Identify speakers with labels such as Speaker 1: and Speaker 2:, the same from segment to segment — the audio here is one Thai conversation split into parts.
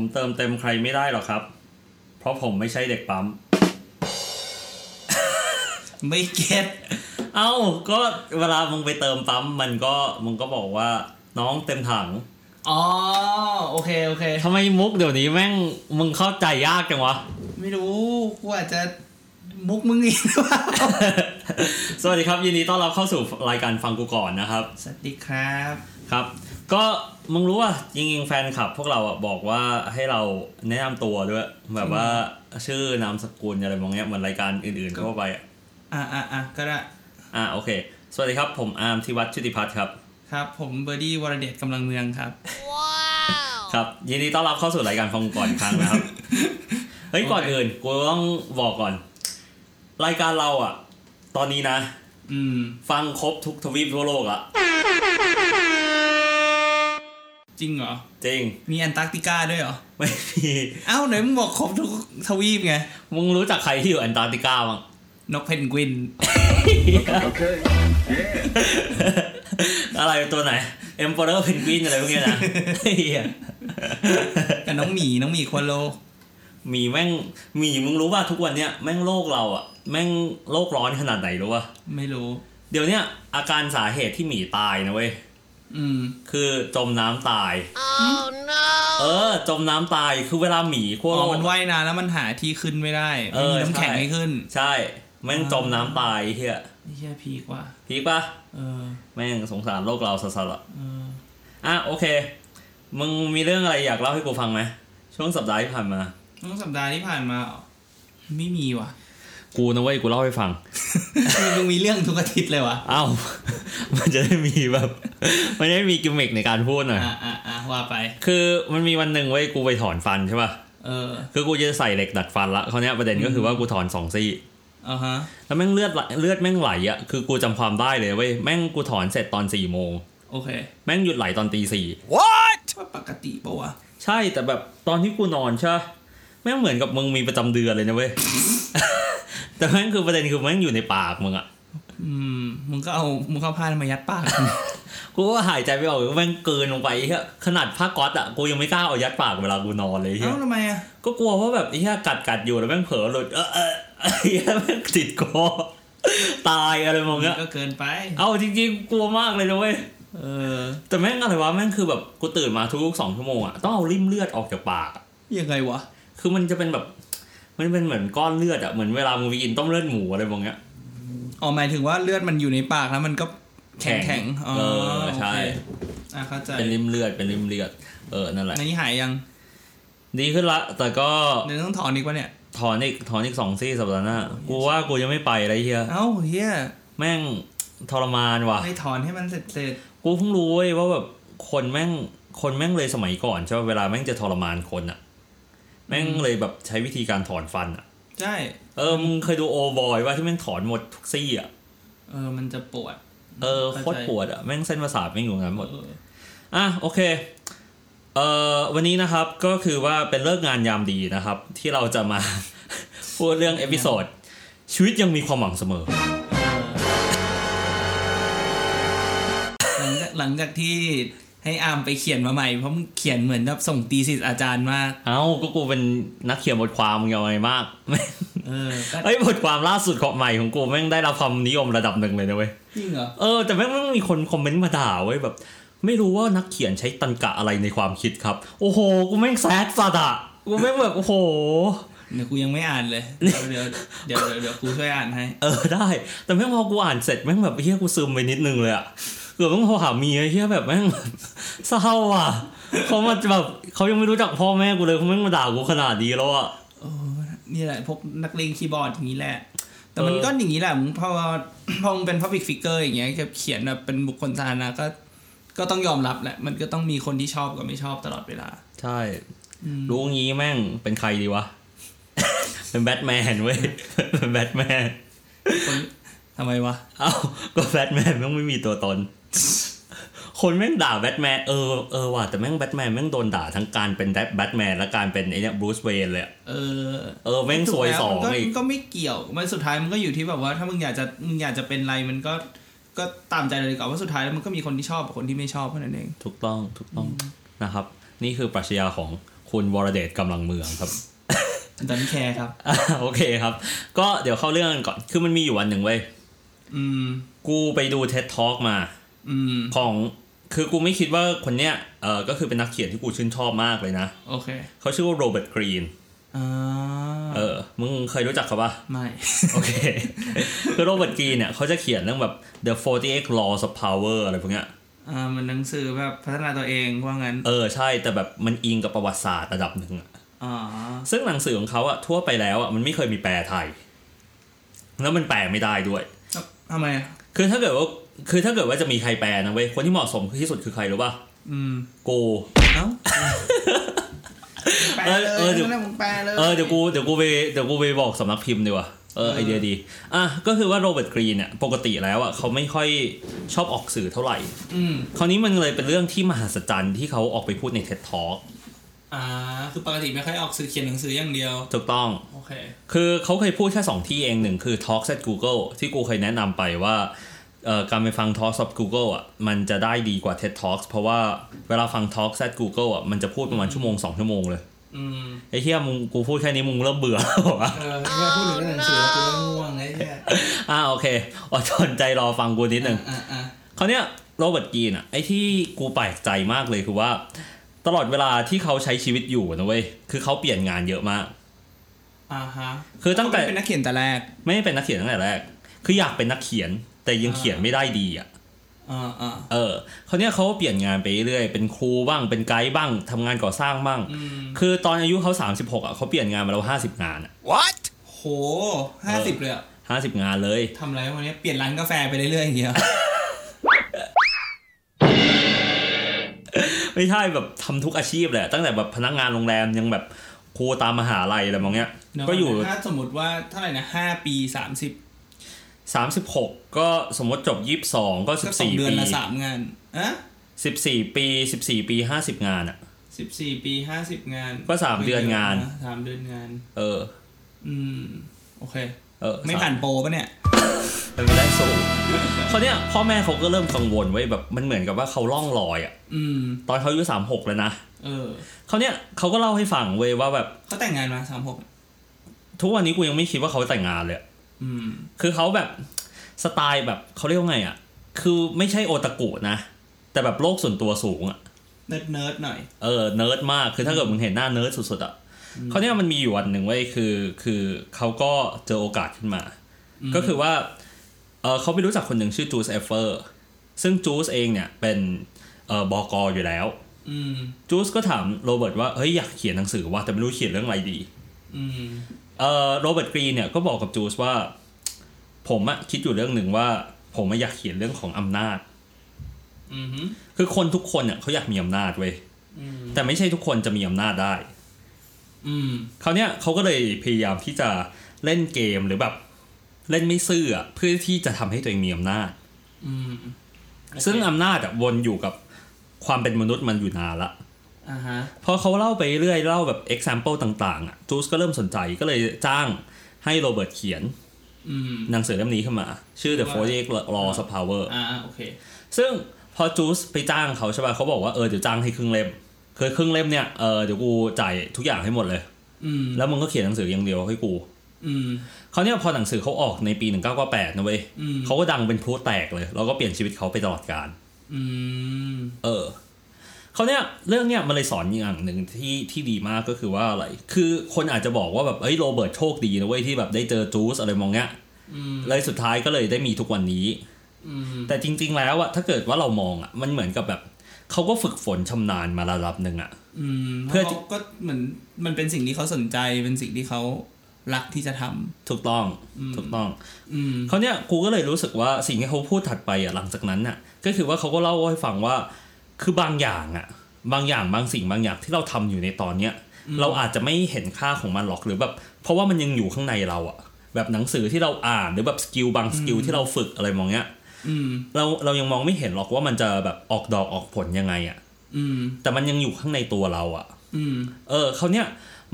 Speaker 1: มเต็มใครไม่ได้หรอกครับ เพราะผมไม่ใช่เด็กปั๊ม ไม่เก็ตเอ้าก็เวลามึงไปเติมปั๊มมันก็มึงก็บอกว่าน้องเต็มถัง
Speaker 2: อ๋อโอเคโอเค
Speaker 1: ทำไมมุกเดี๋ยวนี้แม่งมึงเข้าใจยากจังวะ
Speaker 2: ไม่รู้กูอาจจะมุกมึงอีกหรือเปล่า
Speaker 1: สวัสดีครับ ยินดีต้อนรับเข้าสู่รายการฟังกูก่อนนะครับ
Speaker 2: สวัสดีครับ
Speaker 1: ครับ ก็มึงรู้ว่าจริงๆแฟนคลับ พวกเราอ่ะบอกว่าให้เราแนะนำตัวด้วย แบบว่าชื่อนามสกุลอะไรมองเนี้ยเหมือนรายการอื่นๆทั่วไปอะ
Speaker 2: อ่ะอ่ะอ่ะก็ได้
Speaker 1: อ่ะโอเค สวัสดีครับผมอาร์มธิวัฒน์ชุติพัฒน์ครับ
Speaker 2: ครับ ผมเบอร์ดี้วรเดชกำลังเมืองครับ
Speaker 3: Wow.
Speaker 1: ครับ ยินดีต้อนรับเข้าสู่รายการฟังก่อนอีกครั้งนะครับ เฮ้ย
Speaker 2: โอเค
Speaker 1: ก่อนอื่นกูต้องบอกก่อน รายการเราอ่ะ ตอนนี้นะ
Speaker 2: อืม
Speaker 1: ฟังครบทุกทวีปทั่วโลกละ
Speaker 2: จริงเหรอ
Speaker 1: จริง
Speaker 2: มีแอนตาร์กติกาด้วยเหรอ
Speaker 1: ไม่มี
Speaker 2: เอ้าไหนมึงบอกครบทุกทวีปไง
Speaker 1: มึงรู้จักใครที่อยู่แอนตาร์กติกาบ้าง
Speaker 2: นกเพนก วิน
Speaker 4: Okay. Yeah.
Speaker 1: อะไรตัวไหน เอ็ม e ปอเ p อร์เพนกวินอะไรพวกเนี้ยนะ เหี้ย
Speaker 2: กับน้องหมีน้องหมีควโล
Speaker 1: หมีแม่งหมีมึงรู้ป่ะทุกวันเนี้ยแม่งโลกเราอ่ะ แม่งโลกร้อนขนาดไหนรู้ป่ะ
Speaker 2: ไม่รู้
Speaker 1: เดี๋ยวเนี้ยอาการสาเหตุที่หมีตายนะเว้ย
Speaker 2: อืม
Speaker 1: คือจมน้ำตาย
Speaker 3: Oh
Speaker 1: เอ
Speaker 3: no.
Speaker 1: อ จมน้ำตายคือเวลาหมีขั้ว
Speaker 2: อ๋
Speaker 1: โล
Speaker 2: อก มันว่ายน้ำแล้วมันหาที่ขึ้นไม่ได้
Speaker 1: เออ
Speaker 2: ไม่มีน้ำแข็ง
Speaker 1: ใช่
Speaker 2: ให้ขึ้น
Speaker 1: ใช่แม่งจมน้ำตายเฮีย
Speaker 2: เฮียพีกว่า
Speaker 1: พีกปะ
Speaker 2: เออ
Speaker 1: แม่งสงสารโลกเราสัสๆอะ
Speaker 2: เออ
Speaker 1: อ่ะโอเค มึงมีเรื่องอะไรอยากเล่าให้กูฟังไหมช่วงสัปดาห์ที่ผ่านมา
Speaker 2: ทั้งสัปดาห์ที่ผ่านมาเหรอไม่มีว่ ะ
Speaker 1: กูนะเว้ยกูเล่าให้ฟัง
Speaker 2: มึงมีเรื่องทุกอาทิตย์เลยวะ
Speaker 1: เอ้า มันจะได้มีแบบ มันจะได้มีกิมมิกในการพูดหน่อย
Speaker 2: อ่ะอ่ะอ่ะว่าไป
Speaker 1: คือมันมีวันหนึ่งเว้ยกูไปถอนฟันใช่ป่ะ
Speaker 2: เออ
Speaker 1: คือกูจะใส่เหล็กดัดฟันละคราวเนี้ยประเด็นก็คือว่ากูถอนสองซี่
Speaker 2: อ่าฮะ
Speaker 1: แล้วแม่งเลือดไหลเลือดแม่งไหลอ่ะ คือกูจำความได้เลยเว้ย แม่งกูถอนเสร็จตอนสี่โมง
Speaker 2: โอเค
Speaker 1: แม่งหยุดไหลตอนตีสี่
Speaker 2: ใช่ว่าปกติปะวะ
Speaker 1: ใช่แต่แบบตอนที่กูนอนใช่ปะแม่งเหมือนกับมึงมีประจำเดือนเลยนะเว้ย แต่แม่งคือประเด็นคือแม่งอยู่ในปากมึงอ่ะ
Speaker 2: อืม มึงก็เอา มึงก็เอาผ้ามายัดปาก
Speaker 1: กูก็หายใจไม่ออกแม่งเกินลงไปไอ้เหี้ยขนาดผ้าก๊อตอ่ะกูยังไม่กล้าเอายัดปากเวลากูนอนเลยไอ้เหี้ย
Speaker 2: เอ้าทำไมอ่ะ
Speaker 1: ก็กลัวว่าแบบไอ้เหี้ยกัดกัดอยู่แล้วแม่งเผลอหลุดเออเออไอ้เหี้ยแม่งติดคอ ตายอะไรมองเงี้ย
Speaker 2: ก็เกินไป
Speaker 1: เอาจริงๆกลัวมากเลยนะเว้ย
Speaker 2: เออ
Speaker 1: แต่แม่งอะไรวะแม่งคือแบบกูตื่นมาทุกๆสองชั่วโมงอะต้องเอาริ่มเลือดออกจากปากอะ
Speaker 2: ยังไงวะ
Speaker 1: คือมันจะเป็นแบบมันเป็นเหมือนก้อนเลือดอะเหมือนเวลามึงไปกินต้มเลือดหมูอะไรมองเงี้ย
Speaker 2: อ๋อหมายถึงว่าเลือดมันอยู่ในปากแล้วมันก็แข็งแข็งอ๋อ
Speaker 1: เออใช่
Speaker 2: โอเคอ่ะเข้าใจ
Speaker 1: เป็นริ่มเลือดเป็นริ่มเลือดเออนั่นแหละ
Speaker 2: ในนี้หายยัง
Speaker 1: ดีขึ้นละ แต่ก็
Speaker 2: เดี๋ยวต้องถอนอีกวะเนี่ย
Speaker 1: ถอนอีกถอนอีกสองซี่สัปดาห์หน้ากูว่ากูยังไม่ไปอะไรเฮีย
Speaker 2: เอ้าเฮีย
Speaker 1: แม่งทรมานว่ะ
Speaker 2: ให้ถอนให้มันเสร็จเสร็จ
Speaker 1: กูเพิ่งรู้เว้ยว่าแบบคนแม่งคนแม่งเลยสมัยก่อนใช่ป่ะเวลาแม่งจะทรมานคนอะแม่งเลยแบบใช้วิธีการถอนฟันอะ
Speaker 2: ใช่
Speaker 1: เออมึงเคยดูโอบอยว่าที่แม่งถอนหมดทุกซี่อะ
Speaker 2: เออ มันจะปวด
Speaker 1: เออโคตรปวดอะแม่งเส้นประสาทแม่งอยู่งั้นหมด
Speaker 2: เออ
Speaker 1: อ่ะโอเคเออวันนี้นะครับก็คือว่าเป็นเลิกงานยามดีนะครับ ที่เราจะมา พูดเรื่องเอพิโซดชีวิตยังมีความหวังเสมอ
Speaker 2: หลังจากหลังจากที่ให้อามไปเขียนมาใหม่ เพราะมึงเขียนเหมือนแบบส่งตีสิทอาจารย์มาก
Speaker 1: เอ้าก็กูเป็นนักเขียนบทความมึงยังไงมาก
Speaker 2: เออก็
Speaker 1: เอ้ยบทความล่าสุดของใหม่ของกูแม่งได้รับความนิยมระดับหนึ่งเลยนะเว้ย
Speaker 2: จริงเหรอ
Speaker 1: เออแต่แม่งแม่งมีคนคอมเมนต์มาด่าเว้ยแบบ ไม่รู้ว่านักเขียนใช้ตรรกะอะไรในความคิดครับ โอ้โห กูแม่งแซดสัตว์อะกูแม่งแบบโอ้โห
Speaker 2: เดี๋ยวกูยังไม่อ่านเลยเดี๋ยวเดี๋ยวเดี๋ยวเดี๋ยวเดี๋ยวกูช่วยอ่านให้
Speaker 1: เออได้ แต่แม่งพอกูอ่านเสร็จแม่งแบบเฮียกูซึมไปนิดนึงเลยอะเกือบต้องโทรหาเมียเฮียแบบแม่ง เศร้าอ่ะเขามาแบบเขายังไม่รู้จักพ่อแม่กูเลยเขาแม่งมาด่ากูขนาดนี้แล้วอะ
Speaker 2: โอ้นี่แหละพวกนักเลงคีย์บอร์ดอย่างนี้แหละ แต่มัน
Speaker 1: เออ
Speaker 2: ก็อย่างนี้แหละมึงพอพอมึงเป็น public figure อย่างเงี้ยเขียนแบบเป็นบุคคลสาธารณะก็ ก็ต้องยอมรับแหละ มันก็ต้องมีคนที่ชอบกับไม่ชอบตลอดเวลา
Speaker 1: ใช่รู้งี้แม่งเป็นใครดีวะ เป็นแบทแมนเว้ยเป็นแบทแมน
Speaker 2: คนทำไมวะ
Speaker 1: เอ้าก็แบทแมนแม่งไม่มีตัวตน คนแม่งด่าแบทแมนเออเออว่ะแต่แม่งแบทแมนแม่งโดนด่าทั้งการเป็นแบทแมนและการเป็นไอเนี่ยบรูซเวย์เลยอะ
Speaker 2: เออ
Speaker 1: เออแม่งซวยสอง
Speaker 2: ถูกแล้วมันก็
Speaker 1: อีก
Speaker 2: มันก็ไม่เกี่ยว มันสุดท้ายมันก็อยู่ที่แบบว่าถ้ามึงอยากจะมึงอยากจะเป็นอะไรมันก็ก็ตามใจเลยดีกว่าว่าสุดท้ายแล้วมันก็มีคนที่ชอบกับคนที่ไม่ชอบเท่านั้นเอง
Speaker 1: ถูกต้องถูกต้องนะครับ นี่คือปรัชญาของ คุณวรเดชกำลังเมืองครับ
Speaker 2: ดันแคร์ครับ
Speaker 1: อ่ะโอเคครับ ก็เดี๋ยวเข้าเรื่องกันก่อน คือมันมีอยู่วันหนึ่งเว้ย
Speaker 2: อืม
Speaker 1: กูไปดู TED Talk มา
Speaker 2: อืม
Speaker 1: ของ คือกูไม่คิดว่าคนเนี้ย เออก็คือเป็นนักเขียนที่กูชื่นชอบมากเลยนะ
Speaker 2: โอเค
Speaker 1: เขาชื่อว่าโรเบิร์ตกรีน
Speaker 2: อ่า
Speaker 1: เออ มึงเคยรู้จักเขาปะ
Speaker 2: ไม่
Speaker 1: โอเค คือโรเบิร์ตกรีนเนี่ยเขาจะเขียนเรื่องแบบ the 48 laws of power อะไรพวกเนี้ย
Speaker 2: อ่ามันหนังสือแบบพัฒนาตัวเองว่างั้น
Speaker 1: เออ ใช่ แต่แบบมันอิงกับประวัติศาสตร์ระดับหนึ่งอะ
Speaker 2: อ๋อ
Speaker 1: ซึ่งหนังสือของเขาอะทั่วไปแล้วอะมันไม่เคยมีแปลไทย แล้วมันแปลไม่ได้ด้วย
Speaker 2: ทำไมอ่ะ
Speaker 1: คือถ้าเกิดว่าคือถ้าเกิดว่าจะมีใครแปลนะเว้ยคนที่เหมาะสมที่สุดคือใครรู้ป่ะ
Speaker 2: อืม
Speaker 1: กู
Speaker 2: เอ้า แปลเลย
Speaker 1: เออเดี๋ยว
Speaker 2: นั่นแหละมึงแปลเลย
Speaker 1: เออเดี๋ยวกูเดี๋ยวกูไปเดี๋ยวกูไปบอกสำนักพิมพ์ดีกว่าเออไอเดียดีอ่ะก็คือว่าโรเบิร์ตกรีนเนี่ยปกติแล้วอ่ะเขาไม่ค่อยชอบออกสื่อเท่าไหร่
Speaker 2: อืม
Speaker 1: คราวนี้มันเลยเป็นเรื่องที่มหัศจรรย์ที่เขาออกไปพูดในเท็ดทอล
Speaker 2: อ่า คือปกติไม่ค่อยออกสื่อเขียนหนังสืออย่างเดียว
Speaker 1: ถูกต้อง
Speaker 2: โอเค
Speaker 1: คือเขาเคยพูดแค่ 2 ที่เองหนึ่งคือ Talks at Google ที่กูเคยแนะนำไปว่าเอ่อการไปฟัง Talks at Google อ่ะมันจะได้ดีกว่า TED Talks เพราะว่าเวลาฟัง Talks at Google อ่ะมันจะพูดประมาณชั่วโมง 2 ชั่วโมงเลย
Speaker 2: อืม
Speaker 1: ไอ้เฮียมึงกูพูดแค่นี้มึงเริ่มเบื่อ แล้วเหรอวะ
Speaker 2: เออแค่พูดถึงเรื่องหนังสือแล้วกูเริ่มง่วงไอ้เหี้ย
Speaker 1: อ่าโอเคอดทนใจรอฟังกูนิดหนึ่ง
Speaker 2: อ่าอ่า
Speaker 1: เขาวเนี้ยโรเบิร์ตกรีนอ่ะไอ้ที่กูแปลกใจมากเลยคือว่า ตลอดเวลาที่เขาใช้ชีวิตอยู่นะเว้ยคือเขาเปลี่ยนงานเยอะมาก
Speaker 2: อ่าฮะ
Speaker 1: คือตั้งแต่
Speaker 2: เขาไม่ได้เป็นนักเขียนแต่แรก
Speaker 1: ไม่ได้เป็นนักเขียนตั้งแต่แรก คืออยากเป็นนักเขียนแต่ยังเขียนไม่ได้ดีอ่ะ
Speaker 2: อ่าอ่า
Speaker 1: เออเขาวเนี้ยเขาเปลี่ยนงานไปเรื่อย เป็นครูบ้าง เป็นไกด์บ้าง ทำงานก่อสร้างบ้าง
Speaker 2: อืม
Speaker 1: คือตอนอายุเขา 36อ่ะเขาเปลี่ยนงานมาแล้ว 50 งานอ่ะ
Speaker 3: What
Speaker 2: โหห้าสิบเลยอะ
Speaker 1: 50 งานเลย
Speaker 2: ทำอะไรวันนี้เปลี่ยนร้านกาแฟไปเรื่อยๆอย่างเงี้ย
Speaker 1: ไม่ใช่แบบทำทุกอาชีพแหละ ตั้งแต่แบบพนักงานโรงแรมยังแบบครูตามมหาลัยอะไรมองเงี้ย
Speaker 2: เดี๋ว
Speaker 1: ก็อยู่
Speaker 2: นนะถ้าสมมติว่าเท่าไหร่นะห้าปีสามสิบ
Speaker 1: 36 ก็สมมติจบ 22 ก็
Speaker 2: ก็สอง
Speaker 1: 14
Speaker 2: เดือน
Speaker 1: ปี
Speaker 2: ละสามงานอะ
Speaker 1: 14 ปี 14 ปี 50 งานอ่ะ
Speaker 2: สิบสี่ปีห้าสิบงาน
Speaker 1: ก็สามเดือนงาน
Speaker 2: สามเดือนงาน
Speaker 1: เออ
Speaker 2: อืม โอเค
Speaker 1: เออ
Speaker 2: ไม่ผ่านโปรปะเนี่ย
Speaker 1: เป็นไปได้สู งเขาวเนี่ยพ่อแม่เขาก็เริ่มกังวลไว้ยแบบมันเหมือนกับว่าเขาล่องลอยอ่ะ
Speaker 2: อืม
Speaker 1: ตอนเขาอายุสามหกแล้วนะ
Speaker 2: เออ
Speaker 1: เขาวเนี่ยเขาก็เล่าให้ฟังเว้ยว่าแบบ
Speaker 2: เขาแต่งงานมาสามหก
Speaker 1: ทุกวันนี้กูยังไม่คิดว่าเขาแต่งงานเลยอะ
Speaker 2: อืม
Speaker 1: คือเขาแบบสไตล์แบบเขาเรียกว่าไงอ่ะ คือไม่ใช่โอตากุนะ แต่แบบโลกส่วนตัวสูงอ่ะ
Speaker 2: เนิร์ดเนิร์ดๆหน่อย
Speaker 1: เออเนิร์ดมาก คือถ้าเกิดมึงเห็นหน้าเนิร์ดสุดๆอ่ะเขาวเนี่ยมันมีอยู่วันหนึ่งเว้ยคือคือเขาก็เจอโอกาสขึ้นมา ก็คือว่าเออเขาไปรู้จักคนหนึ่งชื่อจูสเอฟเฟอร์ซึ่งจูสเองเนี่ยเป็นเออบอกออยู่แล้ว
Speaker 2: อืม
Speaker 1: จูสก็ถามโรเบิร์ตว่าเฮ้ยอยากเขียนหนังสือว่าแต่ไม่รู้เขียนเรื่องอะไรดี
Speaker 2: อืม
Speaker 1: เอ่อโรเบิร์ตกรีนเนี่ยก็บอกกับจูสว่า ผมอะคิดอยู่เรื่องหนึ่งว่า ผมอะอยากเขียนเรื่องของอำนาจ
Speaker 2: อืมฮึ
Speaker 1: คือคนทุกคนเนี่ยเขาอยากมีอำนาจเว้ย
Speaker 2: อืม
Speaker 1: แต่ไม่ใช่ทุกคนจะมีอำนาจได้
Speaker 2: อืม
Speaker 1: คราวเนี้ยเขาก็เลยพยายามที่จะเล่นเกมหรือแบบ เล่นไม่ซื่ออะเพื่อที่จะทำให้ตัวเองมีอำนาจ
Speaker 2: อืมโเค
Speaker 1: ซึ่งอำนาจอะวนอยู่กับความเป็นมนุษย์มันอยู่นานละ
Speaker 2: อ่าฮะ
Speaker 1: พอเขาเล่าไปเรื่อยเล่าแบบ example ต่างๆอ่ะจูสก็เริ่มสนใจก็เลยจ้างให้โรเบิร์ตเขียน
Speaker 2: อืม
Speaker 1: หนังสือเล่มนี้ขึ้นมา ชื่อ The
Speaker 2: ว่า
Speaker 1: 48 Laws of Power
Speaker 2: อ่าโอเค
Speaker 1: ซึ่งพอจูสไปจ้างเขาใช่ป่ะเขาบอกว่าเออเดี๋ยวจ้างให้ครึ่งเล่มคือครึ่งเล่มเนี่ยเออเดี๋ยวกูจ่ายทุกอย่างให้หมดเลย
Speaker 2: อืม
Speaker 1: แล้วมึงก็เขียนหนังสืออย่างเดียวให้กู
Speaker 2: อืม
Speaker 1: เขาวเนี่ยพอหนังสือเขาออกในปี 1998นะเว้ย
Speaker 2: อืม
Speaker 1: เขาก็ดังเป็นพลุแตกเลย แล้วก็เปลี่ยนชีวิตเขาไปตลอดกาล
Speaker 2: อืม
Speaker 1: เออเขาวเนี่ยเรื่องเนี่ยมันเลยสอนอย่างหนึ่งที่ที่ดีมากก็คือว่าอะไร คือคนอาจจะบอกว่าแบบเอ้ยโรเบิร์ตโชคดีนะเว้ยที่แบบได้เจอจูสอะไรมองเงี้ย
Speaker 2: อืม
Speaker 1: เลยสุดท้ายก็เลยได้มีทุกวันนี้
Speaker 2: อืม
Speaker 1: แต่จริง ๆ แล้วอะถ้าเกิดว่าเรามองอะมันเหมือนกับแบบเขาก็ฝึกฝนชำนาญมาระดับหนึ่งอะ
Speaker 2: อืม
Speaker 1: เพื่
Speaker 2: เพื่
Speaker 1: อ
Speaker 2: อ
Speaker 1: ที่
Speaker 2: ก็เหมือนมันเป็นสิ่งที่เขาสนใจเป็นสิ่งที่เขารักที่จะทำ
Speaker 1: ถูกต้องถูกต้อง
Speaker 2: อืม
Speaker 1: เขาวเนี่ยกูก็เลยรู้สึกว่าสิ่งที่เขาพูดถัดไปอะหลังจากนั้นน่ะ ก็คือว่าเขาก็เล่าให้ฟังว่าคือบางอย่างอะบางอย่างบางสิ่งบางอย่างที่เราทำอยู่ในตอนเนี้ย เราอาจจะไม่เห็นค่าของมันหรอกหรือแบบ เพราะว่ามันยังอยู่ข้างในเราอะแบบหนังสือที่เราอ่านหรือแบบสกิลบางสกิลที่เราฝึกอะไรมองเนี้ย
Speaker 2: อืม
Speaker 1: เราเรายังมองไม่เห็นหรอกว่ามันจะแบบออกดอกออกผลยังไงอะ
Speaker 2: อืม
Speaker 1: แต่มันยังอยู่ข้างในตัวเราอะ
Speaker 2: อืม
Speaker 1: เออเขาวเนี้ย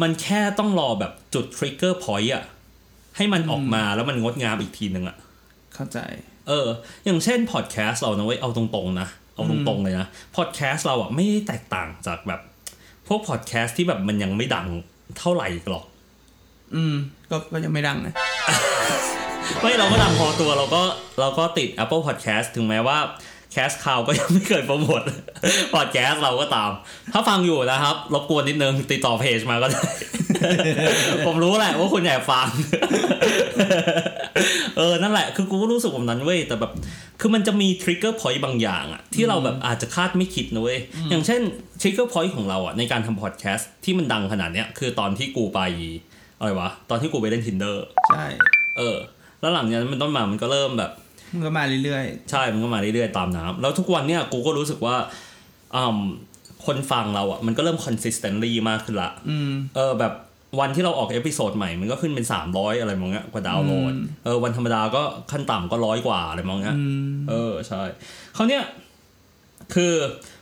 Speaker 1: มันแค่ต้องรอแบบจุดทริกเกอร์พอยต์อะให้มันออกมาแล้วมันงดงามอีกทีนึงอะ
Speaker 2: เข้าใจ
Speaker 1: เออ อย่างเช่นพอดแคสต์เรานะเว้ยเอาตรงๆนะเอาตรงๆเลยนะพอดแคสต์เราอะไม่ได้แตกต่างจากแบบ พวกพอดแคสต์ที่แบบมันยังไม่ดังเท่าไหร่หรอก
Speaker 2: อืม ก็ก็ยังไม่ดังนะ
Speaker 1: ไม่เราก็ดังพอตัวเราก็เราก็ติด Apple Podcast ถึงแม้ว่าแคสข่าวก็ยังไม่เคยโปรโมท พอดแคสต์เราก็ตาม ถ้าฟังอยู่นะครับรบกวนนิดนึง ติดต่อเพจมาก็ได้ ผมรู้แหละว่าคุณแอบฟัง เออ นั่นแหละ คือกูก็รู้สึกแบบนั้นเว้ย แต่แบบ คือมันจะมีทริกเกอร์พอยต์บางอย่างอะที่เราแบบอาจจะคาดไม่คิดนะเว้ย อย่างเช่นทริกเกอร์พอยต์ของเราอะในการทำพอดแคสต์ที่มันดังขนาดเนี้ยคือตอนที่กูไปอะไรวะตอนที่กูไปเล่น tinder
Speaker 2: ใช่
Speaker 1: เออ แล้วหลังจากนั้นเป็นต้นมา มันก็เริ่มแบบ
Speaker 2: มันก็มาเรื่อย
Speaker 1: ใช่ มันก็มาเรื่อยๆ ตามน้ำแล้วทุกวันเนี่ย กูก็รู้สึกว่าอืมคนฟังเราอ่ะ มันก็เริ่ม consistently มากขึ้นละ
Speaker 2: ๆ อืม
Speaker 1: เออ แบบวันที่เราออกเอพิโซดใหม่ มันก็ขึ้นเป็น 300 อะไรมองเงี้ยกว่าดาวน์โหลด
Speaker 2: อืม
Speaker 1: เออ วันธรรมดาก็ขั้นต่ำก็ร้อยกว่าอะไรมองเงี้ย
Speaker 2: อืม
Speaker 1: เออ ใช่เขาวเนี่ย คือ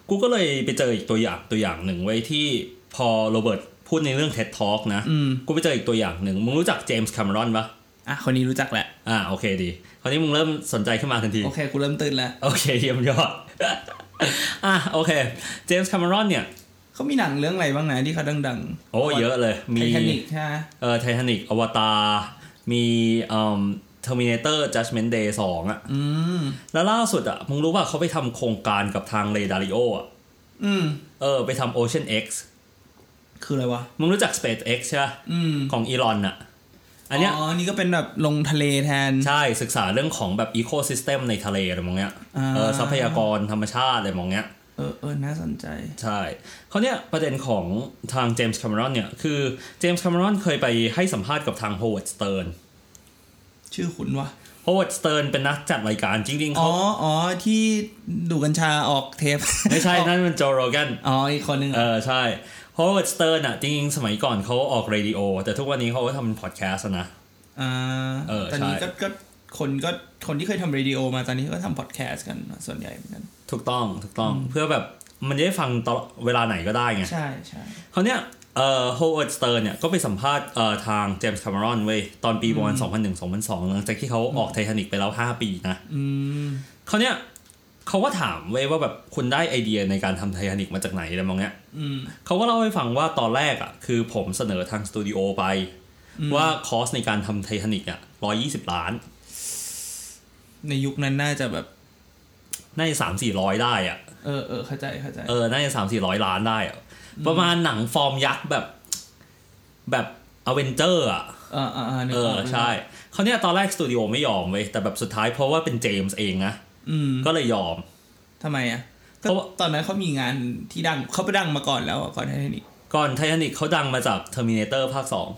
Speaker 1: กูก็เลยไปเจออีกตัวอย่างตัวอย่างหนึ่งไว้ยที่พอโรเบิร์ตพูดในเรื่อง TED Talk นะ
Speaker 2: อืม
Speaker 1: กูไปเจออีกตัวอย่างหนึ่ง มึงรู้จักเจมส์แคมรอนปะ
Speaker 2: อ่ะ คนนี้รู้จักแหละ
Speaker 1: อ่าโอเคดี คราวนี้มึงเริ่มสนใจขึ้นมาทันที
Speaker 2: โอเค กูเริ่มตื่นแล้ว
Speaker 1: โอเคเยี่ยมยอด อ่ะโอเคเจมส์ค a ม e รอนเนี่ย
Speaker 2: เขามีหนังเรื่องอะไรบ้างนะที่เขาดังๆ
Speaker 1: โอ้เยอะเลย
Speaker 2: ไท
Speaker 1: มี
Speaker 2: ทานิกใช่ไหม
Speaker 1: เอ่อไททานิกอวตารมีเอ่อ Terminator Judgment Day 2อ่ะ
Speaker 2: อืม
Speaker 1: แล้วล่าสุดอ่ะ มึงรู้ป่ะเขาไปทำโครงการกับทางเรดาริโออ่ะ
Speaker 2: อืม
Speaker 1: เออ ไปทำ Ocean X
Speaker 2: คืออะไรวะ
Speaker 1: มึงรู้จัก SpaceX ใช่ปะ
Speaker 2: อืม
Speaker 1: ของอีลอนอ่ะ อันเนี้ย
Speaker 2: อ๋อ นี่ก็เป็นแบบลงทะเลแทน
Speaker 1: ใช่ศึกษาเรื่องของแบบ Ecosystem ในทะเลอะไรมองเงี้ย
Speaker 2: อ่า
Speaker 1: เออทรัพยากรธรรมชาติอะไรมองเงี้ย
Speaker 2: เออ เออ น่าสนใจ
Speaker 1: ใช่เขาวเนี่ยประเด็นของทางเจมส์ค a ม e รอนเนี่ย คือเจมส์ค a ม e รอนเคยไปให้สัมภาษณ์กับทางโฮเวิร์ดสเติร์น
Speaker 2: ชื่อขุนวะ
Speaker 1: โฮเวิร์ดสเติร์นเป็นนักจัดรายการจริงๆ
Speaker 2: อ๋
Speaker 1: เขา
Speaker 2: อ อ๋อ ที่ดูกัญชาออกเทป
Speaker 1: ไม่ใช่ นั่นเป็นโจโรแกน
Speaker 2: อ๋อ อีกคนนึง
Speaker 1: เออใช่โฮเวิร์ดสเติร์นอ่ะ จริงๆ สมัยก่อนเขาออกเรดิโอ แต่ทุกวันนี้เขาก็ทำเป็นพอดแคสต์อะนะ
Speaker 2: อ่า
Speaker 1: เออ
Speaker 2: ตอนนี้
Speaker 1: ใช่
Speaker 2: ก็ก็คนก็คนที่เคยทำเรดิโอมาตอนนี้ก็ทำพอดแคสต์กันส่วนใหญ่เหมือนกัน
Speaker 1: ถูกต้องถูกต้องเพื่อแบบมันจะได้ฟังตลอดเวลาไหนก็ได้ไง
Speaker 2: ใช่ใช่
Speaker 1: เขาวเนี่ยเอ่อโฮเวิร์ดสเติร์นเนี่ยก็ไปสัมภาษณ์เอ่อทางเจมส์ค a ม e รอนเว้ยตอนปีประมาณ2001-2002หลังจากที่เขาออกไททานิกไปแล้วห้าปีนะ
Speaker 2: อืม
Speaker 1: เขาวเนี่ยเขาก็ถามเว้ยว่าแบบคุณได้ไอเดียในการทำไททานิกมาจากไหนอะไรมองเนี้ย
Speaker 2: อืม
Speaker 1: เขาก็เล่าให้ฟังว่าตอนแรกอ่ะคือผมเสนอทางสตูดิโอไป ว่าคอสในการทำไททานิกอ่ะร้อยี่สิบล้าน
Speaker 2: ในยุคนั้นน่าจะแบบ
Speaker 1: น่าจะสามสี่ร้อยได้อ่ะ
Speaker 2: เออเออเข้าใจเข้าใจ
Speaker 1: เออน่าจะสามสี่ร้อยล้านได้อ่ะประมาณหนังฟอร์มยักษ์แบบแบบอเวนเจอร์อ่ะ
Speaker 2: เออเออเออนึก
Speaker 1: เอ
Speaker 2: อ
Speaker 1: อ
Speaker 2: อกนึกก
Speaker 1: ใช่เขาวเนี่ยตอนแรกสตูดิโอไม่ยอมเว้ยแต่แบบสุดท้ายเพราะว่าเป็นเจมส์เองนะ
Speaker 2: อืม
Speaker 1: ก็เลยยอม
Speaker 2: ทำไมอ่ะก็
Speaker 1: เพราะว่า
Speaker 2: ตอนนั้นเขามีงานที่ดังเขาไปดังมาก่อนแล้วอะก่อนไททานิก
Speaker 1: ก่อนไททานิกเขาดังมาจาก Terminator ภาคสอง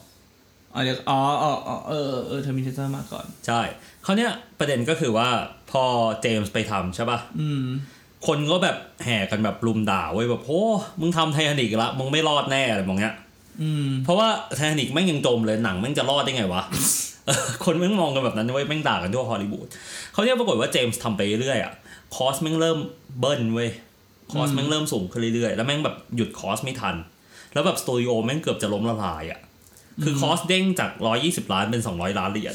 Speaker 2: อ๋อเดี๋ยวอ๋ออ๋ออ๋อเออเออเออเทอร์มินเตอร์มาก่อน
Speaker 1: ใช่เขาวเนี่ยประเด็นก็คือว่าพอเจมส์ไปทำใช่ปะ่ะ
Speaker 2: อืม
Speaker 1: คนก็แบบแห่กันแบบรุมด่าเว้ยแบบโอ้มึงทำไททานิกละมึงไม่รอดแน่อะไรมองเงี้ย
Speaker 2: อืม
Speaker 1: เพราะว่าไททานิกแม่งยังจมเลยหนังแม่งจะรอดได้ไงวะ เออคนแม่งมองกันแบบนั้นเว้ยแม่งด่ากันทั่วฮอลลีวูดเขาวเนี่ยปรากฏว่าเจมส์ทำไปเรื่อยๆอะคอสแม่งเริ่มเบิ้ลเว้ยคอสแม่งเริ่มสูงขึ้นเรื่อยๆแล้วแม่งแบบหยุดคอสไม่ทัน แล้วแบบสตูดิโอแม่งเกือบจะล้มละลายอะคือคอสเด้งจาก 120 ล้านเป็น 200 ล้านเหรียญ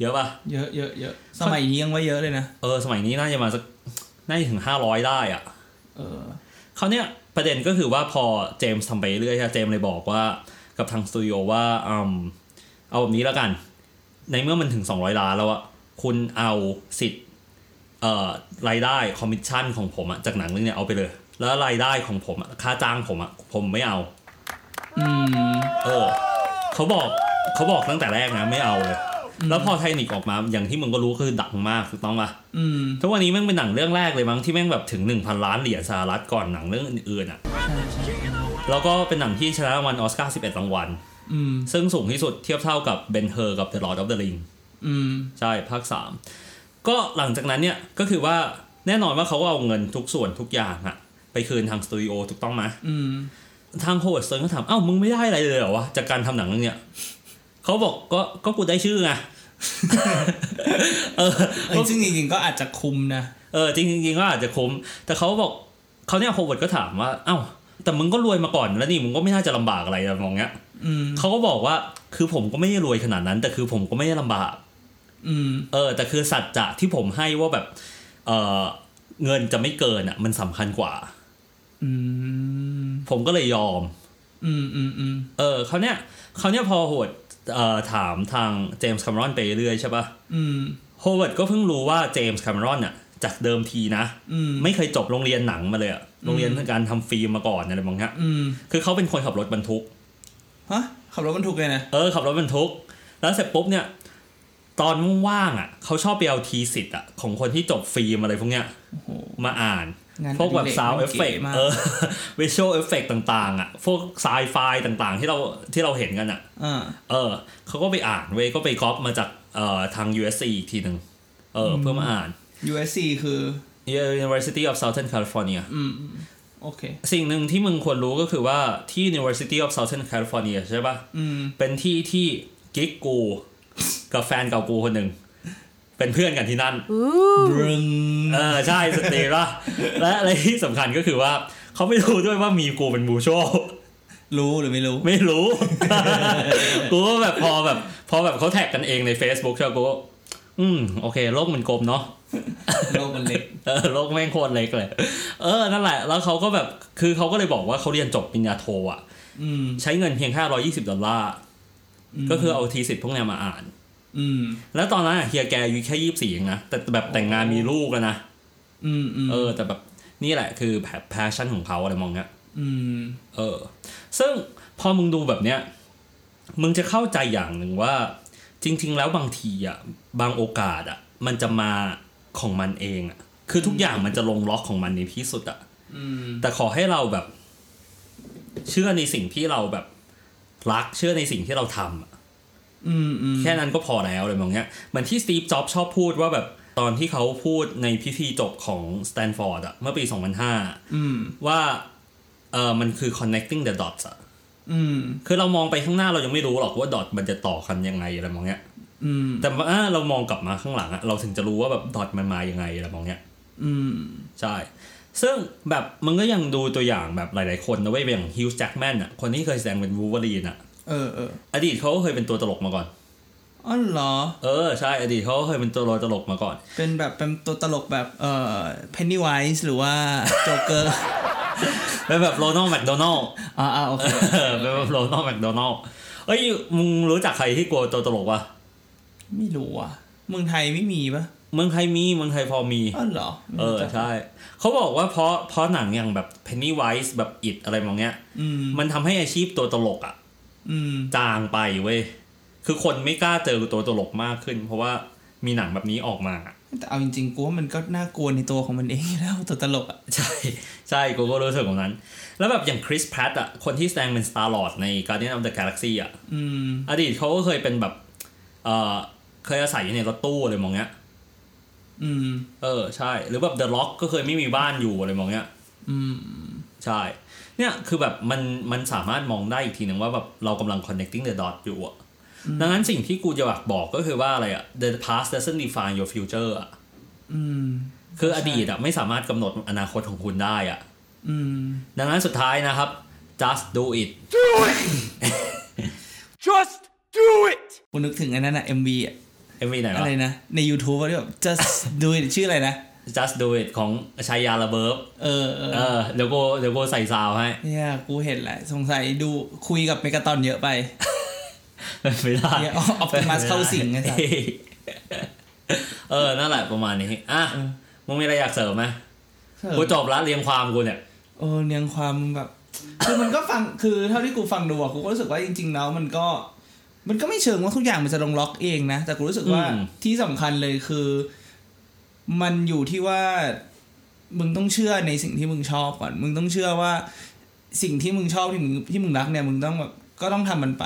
Speaker 1: เยอะปะ
Speaker 2: เยอะเยอะเยอะสมัยนี้ยังว่าเยอะเลยนะ
Speaker 1: เออสมัยนี้น่าจะมาสักน่าจะถึงห้าร้อยได้อะ
Speaker 2: เออ
Speaker 1: เขาวเนี่ยประเด็นก็คือว่าพอเจมส์ทำไปเรื่อยๆใช่ไหมเจมส์เลยบอกว่ากับทางสตูดิโอว่าอืมเอาแบบนี้แล้วกัน ในเมื่อมันถึง 200 ล้านแล้วอะคุณเอาสิทธิ์เอ่อรายได้คอมมิชชั่นของผมอะจากหนังเรื่องเนี้ยเอาไปเลย แล้วรายได้ของผมอะค่าจ้างผมอะผมไม่เอา
Speaker 2: อืม
Speaker 1: เออเขาบอกเขาบอกตั้งแต่แรกนะไม่เอาเลยแล้วพอไททานิกออกมาอย่างที่มึงก็รู้คือดังมากถูกต้องปะ
Speaker 2: อืม
Speaker 1: ทุกวันนี้แม่งเป็นหนังเรื่องแรกเลยมั้งที่แม่งแบบถึง 1,000 ล้านเหรียญสหรัฐก่อนหนังเรื่องอื่นๆอ่ะ แล้วก็เป็นหนังที่ชนะรางวัลออสการ์ 11 รางวัล
Speaker 2: อืม
Speaker 1: ซึ่งสูงที่สุดเทียบเท่ากับเบนเ e อร์กับ The Lord of the Ring
Speaker 2: อืม
Speaker 1: ใช่ ภาค 3 ก็หลังจากนั้นเนี่ย ก็คือว่าแน่นอนว่าเขาก็เอาเงินทุกส่วนทุกอย่างอะไปคืนทางสตูดิโอถูกต้องไหม
Speaker 2: อืม
Speaker 1: ทางโฮเวิร์ดสเติร์นก็ถาม เอ้ามึงไม่ได้อะไรเลยเหรอวะ จากการทำหนังเรื่องเนี้ยเขาบอกก็ก็กูได้ชื่อไง เออ
Speaker 2: เอ้ยซึ่งจริงๆก็อาจจะคุมนะ
Speaker 1: เออจริงจริงๆก็อาจจะคุ้ม แต่เขาบอกเขาเนี่ยโฮเวิร์ดก็ถามว่า เอ้า แต่มึงก็รวยมาก่อนแล้วนี่มึงก็ไม่น่าจะลำบากอะไรอะมองเงี้ย
Speaker 2: อืม
Speaker 1: เขาก็บอกว่าคือผมก็ไม่ได้รวยขนาดนั้น แต่คือผมก็ไม่ได้ลำบาก
Speaker 2: อืม
Speaker 1: เออ แต่คือสัจจะที่ผมให้ว่าแบบเออเงินจะไม่เกินอ่ะ มันสำคัญกว่า
Speaker 2: อ อืม
Speaker 1: ผมก็เลยยอม
Speaker 2: อืมอืมอืม
Speaker 1: เออเขาวเนี้ยเขาวเนี้ยพอโหดเอ่อถามทางเจมส์แคมรอนไปเรื่อยใช่ปะ
Speaker 2: อืม
Speaker 1: โฮเวิร์ดก็เพิ่งรู้ว่าเจมส์แคมรอนอ่ะจากเดิมทีนะ
Speaker 2: อืม
Speaker 1: ไม่เคยจบโรงเรียนหนังมาเลยอะโรงเรียนการทำฟิล์มมาก่อนอะไรบางอย่าง
Speaker 2: อืม
Speaker 1: คือเขาเป็นคนขับรถบรรทุก
Speaker 2: ฮะขับรถบรรทุกเลยนะ
Speaker 1: เออขับรถบรรทุก แล้วเสร็จปุ๊บเนี่ย ตอนว่างๆอ่ะเขาชอบไปเอาทีสิทธ์อ่ะของคนที่จบฟิล์มอะไรพวกเนี้ย
Speaker 2: โอ้โห
Speaker 1: มาอ่าน
Speaker 2: งาน
Speaker 1: พวกแบบ
Speaker 2: อดิรก
Speaker 1: ซาว
Speaker 2: มั
Speaker 1: เอฟ
Speaker 2: น
Speaker 1: เฟก
Speaker 2: มาก
Speaker 1: เออ วิชวลเอฟเฟกต่างๆอ่ะพวกไซไฟต่างๆ ที่เราที่เราเห็นกันอ่ะ
Speaker 2: อ่า
Speaker 1: เออเขาก็ไปอ่านเวยก็ไปก๊อปมาจากเอ่อทาง USC อีกทีหนึ่งเอออ
Speaker 2: ม
Speaker 1: เพื่อมาอ่าน
Speaker 2: USC คือ
Speaker 1: University of Southern California
Speaker 2: อืมอืมโอเค
Speaker 1: สิ่งหนึ่งที่มึงควรรู้ก็คือว่าที่ University of Southern California ใช่ปะ
Speaker 2: อืม
Speaker 1: เป็นที่ที่กิ๊กกูกับแฟนเก่ากูคนหนึ่ง เป็นเพื่อนกันที่นั่น
Speaker 2: บรึง
Speaker 1: เออ ใช่สเตย์ละและอะไรที่สำคัญก็คือว่า เขาไม่รู้ด้วยว่ามีกูเป็นบูโช
Speaker 2: รู้หรือไม่รู้
Speaker 1: ไม่รู้ กูก็แบบพอแบบ พอแบบเขาแท็กกันเองใน Facebook ใช่ปะกูก็อืม โอเค โลกมันกลมเนาะ
Speaker 2: โลกมันเล็ก
Speaker 1: เออโลกแม่งโคตรเล็กเลย เออ นั่นแหละ แล้วเขาก็แบบ คือเขาก็เลยบอกว่าเขาเรียนจบปริญญาโทอ่ะ
Speaker 2: อืม
Speaker 1: ใช้เงินเพียง520ดอลลาร์
Speaker 2: ม
Speaker 1: ก็คือเอาทีสิทธิ์พวกเนี้ยมาอ่าน
Speaker 2: อืม
Speaker 1: แล้วตอนนั้นอะเฮียแกอายุแค่ยี่สี่เองนะ แต่แบบแต่งงานมีลูกแล้วนะ
Speaker 2: อืมอืม
Speaker 1: เออ แต่แบบนี่แหละคือแบบแพชชั่นของเขาอะไรมองเนี้ย
Speaker 2: อืม
Speaker 1: เออ ซึ่งพอมึงดูแบบเนี้ย มึงจะเข้าใจอย่างหนึ่งว่า จริง ๆ แล้วบางทีอ่ะ บางโอกาสอ่ะ มันจะมาของมันเองอ่ะ คือทุกอย่างมันจะลงล็อกของมันในที่สุดอ่ะ
Speaker 2: อืม
Speaker 1: แต่ขอให้เราแบบ เชื่อในสิ่งที่เราแบบรักเชื่อในสิ่งที่เราทำอะ
Speaker 2: อืมอืม
Speaker 1: แค่นั้นก็พอแล้วอะไรแบบเนี้ยเหมือนที่สตีฟจ็อบชอบพูดว่าแบบตอนที่เขาพูดในพิธีจบของสแตนฟอร์ดอะเมื่อปี
Speaker 2: อืม
Speaker 1: 2005 ว่าเออมันคือ connecting the dots อะ
Speaker 2: อืม
Speaker 1: คือเรามองไปข้างหน้าเรายังไม่รู้หรอกว่าดอทมันจะต่อกันยังไงอะไรแบบเนี้ย
Speaker 2: อืม
Speaker 1: แต่ว่าอ่าเรามองกลับมาข้างหลังอะเราถึงจะรู้ว่าแบบดอทมันมายังไงอะไรแบบเนี้ย
Speaker 2: อืม
Speaker 1: ใช่ ซึ่งแบบมันก็ยังดูตัวอย่างแบบหลายๆคนนะเว้ยอย่างฮิวจ์แจ็กแมนอะคนที่เคยแสดงเป็นวูเวอรีนอะ
Speaker 2: เออเออ
Speaker 1: อดีตเขาก็เคยเป็นตัวตลกมาก่อน
Speaker 2: อ๋อเหรอ
Speaker 1: เออใช่อดีตเขาก็เคยเป็นตัวตลกมาก่อน
Speaker 2: เป็นแบบเป็นตัวตลกแบบเอ่อ Pennywise หรือว่า โจ๊กเกอร์
Speaker 1: เป็นแบบโรนัลแมคโดนัล
Speaker 2: อ่าอ่าโอเค
Speaker 1: เป็นแบบโรนัลแมคโดนัลเอ้ยมึงรู้จักใครที่กลัวตัวตลกวะ
Speaker 2: ไม่รู้อ่ะเมืองไทยไม่มีปะ
Speaker 1: เมืองไทยมีเมืองไทยพอมี
Speaker 2: อ๋อเหรอ
Speaker 1: เออ ใช่ เขาบอกว่าเพราะเพราะหนังอย่างแบบ Pennywise แบบอิดอะไรมองเนี้ย
Speaker 2: อืม
Speaker 1: มันทำให้อาชีพตัวตลกอะ
Speaker 2: อืม
Speaker 1: จางไปเว้ย คือคนไม่กล้าเจอตัวตลกมากขึ้น เพราะว่ามีหนังแบบนี้ออกมาอะ
Speaker 2: แต่เอาจริงๆกูว่ามันก็น่ากลัวในตัวของมันเองอยู่แล้วตัวตลกอ่ะ
Speaker 1: ใช่ ใช่กูก็รู้สึกแบบนั้น แล้วแบบอย่างคริสแพ t อะคนที่แสดงเป็น Star Lord ใน Guardian of the Galaxy อะ
Speaker 2: อืม
Speaker 1: อดีตเขาก็เคยเป็นแบบ เออเคยอาศัยอยู่ในรถตู้อะไรมองเงี้ย
Speaker 2: อืม
Speaker 1: เออ ใช่ หรือแบบเดอะล็อกก็เคยไม่มีบ้านอยู่อะไรมองเงี้ย
Speaker 2: อืม
Speaker 1: ใช่ เนี่ย คือแบบมัน มันสามารถมองได้อีกทีหนึ่งว่าแบบเรากำลัง connecting the dot อยู่อะดังนั้นสิ่งที่กูจะอยากบอกก็คือว่าอะไรอะ the past doesn't define your future อะ
Speaker 2: อืม
Speaker 1: คืออดีตอะไม่สามารถกำหนดอนาคตของคุณได้อะ
Speaker 2: อืม
Speaker 1: ดังนั้นสุดท้ายนะครับ just do it
Speaker 5: Just do it!
Speaker 2: กูนึกถึงอันนั้นอะ MV อะ
Speaker 1: เอ็มวีไหน
Speaker 2: อะไร
Speaker 1: วะ
Speaker 2: นะ ใน YouTube อะที่แบบ just do it ชื่ออะไรนะ
Speaker 1: just do it ของชายาระเบิร์บ
Speaker 2: เออเออ
Speaker 1: เออ เดี๋ยวกูเดี๋ยวกูใส่ซาวให้
Speaker 2: เนี่ยกูเห็นแหละ สงสัยดูคุยกับเมกาตอนเยอะไป
Speaker 1: เป็นไม่ได้
Speaker 2: เนี่ย Optimus เข้าสิงไงสัส
Speaker 1: เออ นั่นแหละประมาณนี้ อ่ะ มึงมีอะไรอยากเสริมไหมกูจบละเรียงความกูเนี่ย
Speaker 2: เออเนียงความแบบ คือมันก็ฟังคือเท่าที่กูฟังดูอะกูก็รู้สึกว่าจริง ๆ แล้วมันก็ มันก็ไม่เชิงว่าทุกอย่างมันจะลงล็อกเองนะ แต่กูรู้สึกว่า
Speaker 1: อืม
Speaker 2: ที่สำคัญเลยคือ มันอยู่ที่ว่า มึงต้องเชื่อในสิ่งที่มึงชอบก่อน มึงต้องเชื่อว่า สิ่งที่มึงชอบที่มึงที่มึงรักเนี่ยมึงต้องแบบก็ต้องทำมันไป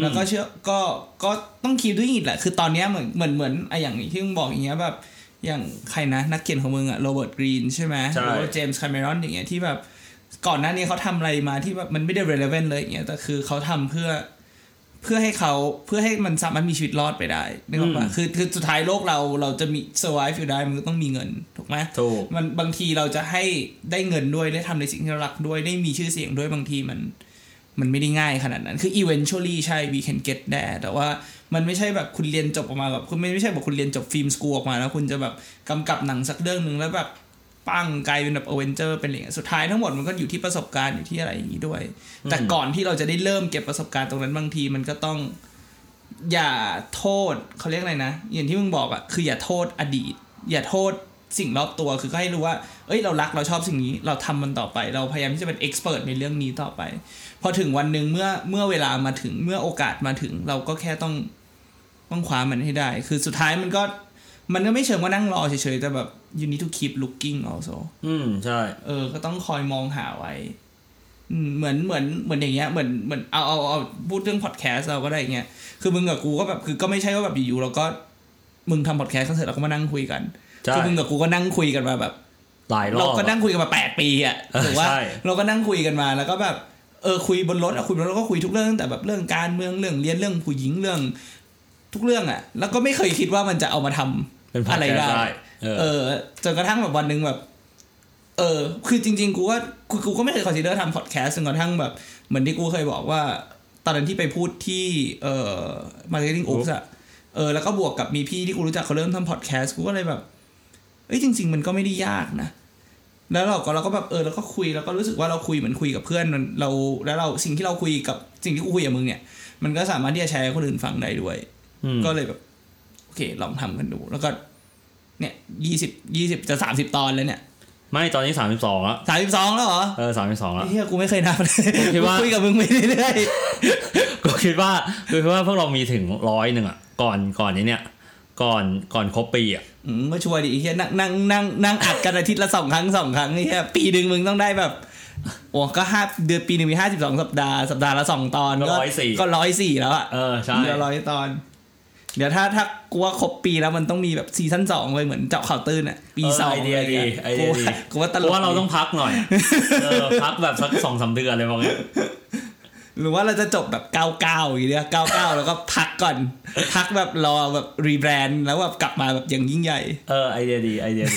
Speaker 2: แล้วก็เชื่อก็ก็ต้องคิดด้วยอีกแหละ คือตอนเนี้ยเหมือนเหมือนเหมือนไอะอย่างที่มึงบอกอย่างเงี้ยแบบอย่างใครนะนักเขียนของมึงอะโรเบิร์ตกรีนใช่ไหม
Speaker 1: ใช่
Speaker 2: หรือว่าเจมส์แคาเมรอนอย่างเงี้ยที่แบบก่อนหน้านี้เขาทำอะไรมาที่แบบมันไม่ได้ relevant เลยอย่างเงี้ยแต่คือเขาทำเพื่อเพื่อให้เขาเพื่อให้มันสามารถมีชีวิตรอดไปได้นึกออกปะคือคือสุดท้ายโลกเราเราจะมี survive อยู่ได้มันก็ต้องมีเงินถูกไหม
Speaker 1: ถูก
Speaker 2: มันบางทีเราจะให้ได้เงินด้วยได้ทำในสิ่งที่เรารักด้วยได้มีชื่อเสียงด้วยบางทีมัน มันไม่ได้ง่ายขนาดนั้น คือ eventually ใช่ we can get there แต่ว่ามันไม่ใช่แบบคุณเรียนจบออกมาแบบคุณไม่ไม่ใช่แบบคุณเรียนจบฟิล์มสกูออกมาแล้วคุณจะแบบกำกับหนังสักเรื่องหนึ่งแล้วแบบ ปังกลายเป็นแบบอเวนเจอร์เป็นอะไรอย่างเงี้ยสุดท้ายทั้งหมดมันก็อยู่ที่ประสบการณ์อยู่ที่อะไรอย่างนี้ด้วย แต่ก่อนที่เราจะได้เริ่มเก็บประสบการณ์ตรงนั้นบางทีมันก็ต้อง อย่าโทษเขาเรียกอะไรนะ อย่างที่มึงบอกอะคืออย่าโทษอดีต อย่าโทษสิ่งรอบตัวคือก็ให้รู้ว่า เอ้ยเรารักเราชอบสิ่งนี้ เราทำมันต่อไป เราพยายามที่จะเป็นเอ็กซ์เพรสในเรื่องนี้ต่อไป พอถึงวันหนึ่งเมื่อเมื่อเวลามาถึงเมื่อโอกาสมาถึง เราก็แค่ต้องต้องคว้ามันให้ได้ คือสุดท้ายมันก็มันก็ไม่เชิงว่านั่งรอเฉยๆแต่แบบ you need to keep looking also
Speaker 1: อืมใช่
Speaker 2: เออ ก็ต้องคอยมองหาไว้อืมเหมือน เหมือน เหมือนอย่างเงี้ย เหมือน เหมือน เอาเอาเอาพูดเรื่องพอดแคสต์เราก็ได้อย่างเงี้ย คือมึงกับกูก็แบบ คือก็ไม่ใช่ว่าแบบอยู่ๆเราก็ มึงทำพอดแคสต์กันเสร็จเราก็มานั่งคุยกัน
Speaker 1: ใช่
Speaker 2: คือมึงกับกูก็นั่งคุยกันมาแบบ
Speaker 1: หลายรอบ
Speaker 2: เรา
Speaker 1: อะ
Speaker 2: ก็นั่งคุยกันมาแปดปีอ่ะ
Speaker 1: เออ
Speaker 2: ถือว่า
Speaker 1: ใช่
Speaker 2: เราก็นั่งคุยกันมาแล้วก็แบบ เออคุยบนรถอะคุยบนรถแล้วก็คุยทุกเรื่องตั้งแต่แบบเรื่องการเมืองเรื่องเรียนเรื่องผู้หญิงเรื่อง ทุกเรื่องอ่ะ แล้วก็ไม่เคยคิดว่ามันจะเอามาทำ
Speaker 1: เป็นพอด
Speaker 2: อะไร
Speaker 1: แคส
Speaker 2: ได้
Speaker 1: ต์ได้เอ
Speaker 2: เอ
Speaker 1: อ
Speaker 2: อจนกระทั่งแบบวันหนึ่งแบบ เออ คือจริง ๆ กูว่ากูกูก็ไม่เคยคอนซีเดอร์ทำพอดแคสต์จนกระทั่งแบบ เหมือนที่กูเคยบอกว่า ตอนนั้นที่ไปพูดที่เอ่อมาร์เก็ตติ้ง
Speaker 1: Oops
Speaker 2: อุ๊บอะเออแล้วก็บวกกับมีพี่ที่กูรู้จักเขาเริ่มทำพอดแคสต์กูก็เลยแบบเอ้ยจริง ๆ มันก็ไม่ได้ยากนะ แล้วเราก็เราก็แบบเออเราก็คุยเราก็รู้สึกว่าเราคุยเหมือนคุยกับเพื่อนมันเราแล้วเราสิ่งที่เราคุยกับสิ่งที่กูคุยกับมึงเนี่ย มันก็สามารถที่จะแชร์ให้คนอื่นฟังได้ด้วย
Speaker 1: อืม
Speaker 2: ก็เลยแบบ โอเค ลองทำกันดู แล้วก็ เนี่ยยี่สิบยี่สิบจะสามสิบตอนแล้วเนี่ย
Speaker 1: ไม่ตอนนี้สามสิบสองละ
Speaker 2: สามสิบสองแล้วเหรอ
Speaker 1: เออสามสิบสองละ
Speaker 2: ไอ้เฮียกูไม่เคยนับเลย
Speaker 1: ผมคิดว่า
Speaker 2: กูคุยกับมึงไปเรื่อย
Speaker 1: ก็คิดว่าก็คิดว่าพวกเรามีถึงร้อยหนึ่งอ่ะ ก่อนก่อนนี้เนี่ย ก่อนก่อนครบปีอ่ะ
Speaker 2: ๆอืมก็ชัวร์ดิไอ้เฮียนั่งนั่งนั่งนั่งอัดกันอาทิตย์ละสองครั้งสองครั้งไอ้เฮียปีหนึ่งมึงต้องได้แบบโอ้ก็ห้าเดือนปีหนึ่งมีห้าสิบสองสัปดาห์สัปดาห์ละสองตอน
Speaker 1: ก็104
Speaker 2: ก็ร้อยสี่แล้วอะ
Speaker 1: เออใช่
Speaker 2: เดือนร้อยตอน เดี๋ยวถ้าถ้ากูว่าครบปีแล้วมันต้องมีแบบซีซั่นสองเลยเหมือนเจาะข่าวตื้นอะปีสอง
Speaker 1: เไอเดียดีไอเดียดี
Speaker 2: กูว่าตล
Speaker 1: เพ
Speaker 2: ก
Speaker 1: ราะว่าเรา
Speaker 2: ดี
Speaker 1: ต้องพักหน่อยเออพักแบบสักสองสามเดือนอะไรประมาณเนี้ย
Speaker 2: หรือว่าเราจะจบแบบ 99อย่างเงี้ย99 แล้วก็พักก่อน พักแบบรอแบบรีแบรนด์แล้วแบบกลับมาแบบอย่างยิ่งใหญ่
Speaker 1: เออไอเดียดีไอเดียดี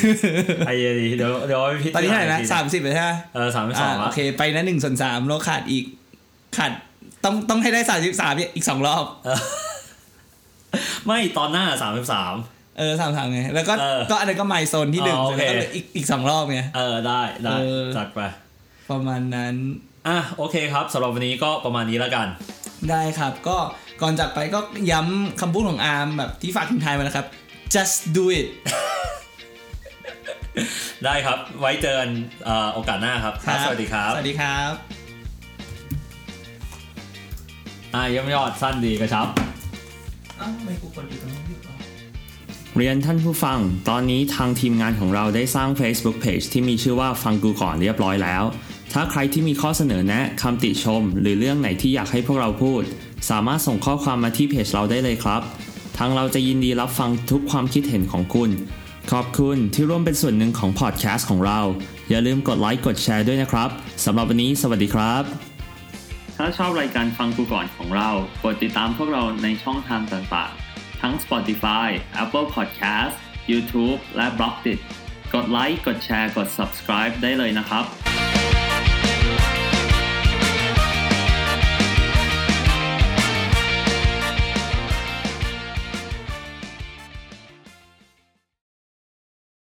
Speaker 1: ไอเดียดีเดี๋ยวเดี๋ยวพี่
Speaker 2: ตอนนี้เท่าไหร่นะ 30เลยใช่ไหม
Speaker 1: เออสามสิบส
Speaker 2: อ่า
Speaker 1: อง
Speaker 2: โอ
Speaker 1: ละ
Speaker 2: เค ไปนะ1ส่วน3เราขาดอีก ขาดต้องต้องให้ได้ 33เนี่ยอีก 2 รอบ
Speaker 1: เออไม่ตอนหน้าสามสิบสาม
Speaker 2: เออสามสามไง แล้วก็
Speaker 1: เออ
Speaker 2: ก็อันนั้นก็ไมล์โซนที่หนึ่ง
Speaker 1: อ๋อโอเค
Speaker 2: แล้วก็เหลืออีกอีกสองรอบไง
Speaker 1: เออได้ได้
Speaker 2: เออ
Speaker 1: จัดไป
Speaker 2: ประมาณนั้น
Speaker 1: อ่ะโอเคครับสำหรับวันนี้ก็ประมาณนี้แล้วกัน
Speaker 2: ได้ครับ ก็ก่อนจากไปก็ย้ำคำพูดของอาร์มแบบที่ฝากทิ้งท้ายมานะครับ just do it
Speaker 1: ได้ครับ ไว้เจอกันเอ่อโอกาสหน้าครับครับ สวัสดีครับ
Speaker 2: สวัสดีครับ
Speaker 1: อ่ะเยี่ยมยอดสั้นดีกระชับ
Speaker 2: อ้าวทำไมกูกดอยู่ตรงนี้ดีกว่า
Speaker 6: เรียนท่านผู้ฟัง ตอนนี้ทางทีมงานของเราได้สร้าง Facebook Page ที่มีชื่อว่าฟังกูก่อนเรียบร้อยแล้ว ถ้าใครที่มีข้อเสนอแนะคำติชม หรือเรื่องไหนที่อยากให้พวกเราพูด สามารถส่งข้อความมาที่เพจเราได้เลยครับ ทางเราจะยินดีรับฟังทุกความคิดเห็นของคุณ ขอบคุณที่ร่วมเป็นส่วนหนึ่งของพอดแคสต์ของเรา อย่าลืมกดไลค์กดแชร์ด้วยนะครับสำหรับวันนี้สวัสดีครับ ถ้าชอบรายการฟังกูก่อนของเรากดติดตามพวกเราในช่องทางต่างๆ ทั้ง Spotify, Apple Podcast, YouTube และ b l o g d i t กดไลค์ กดแชร์ กด subscribe ได้เลยนะครับ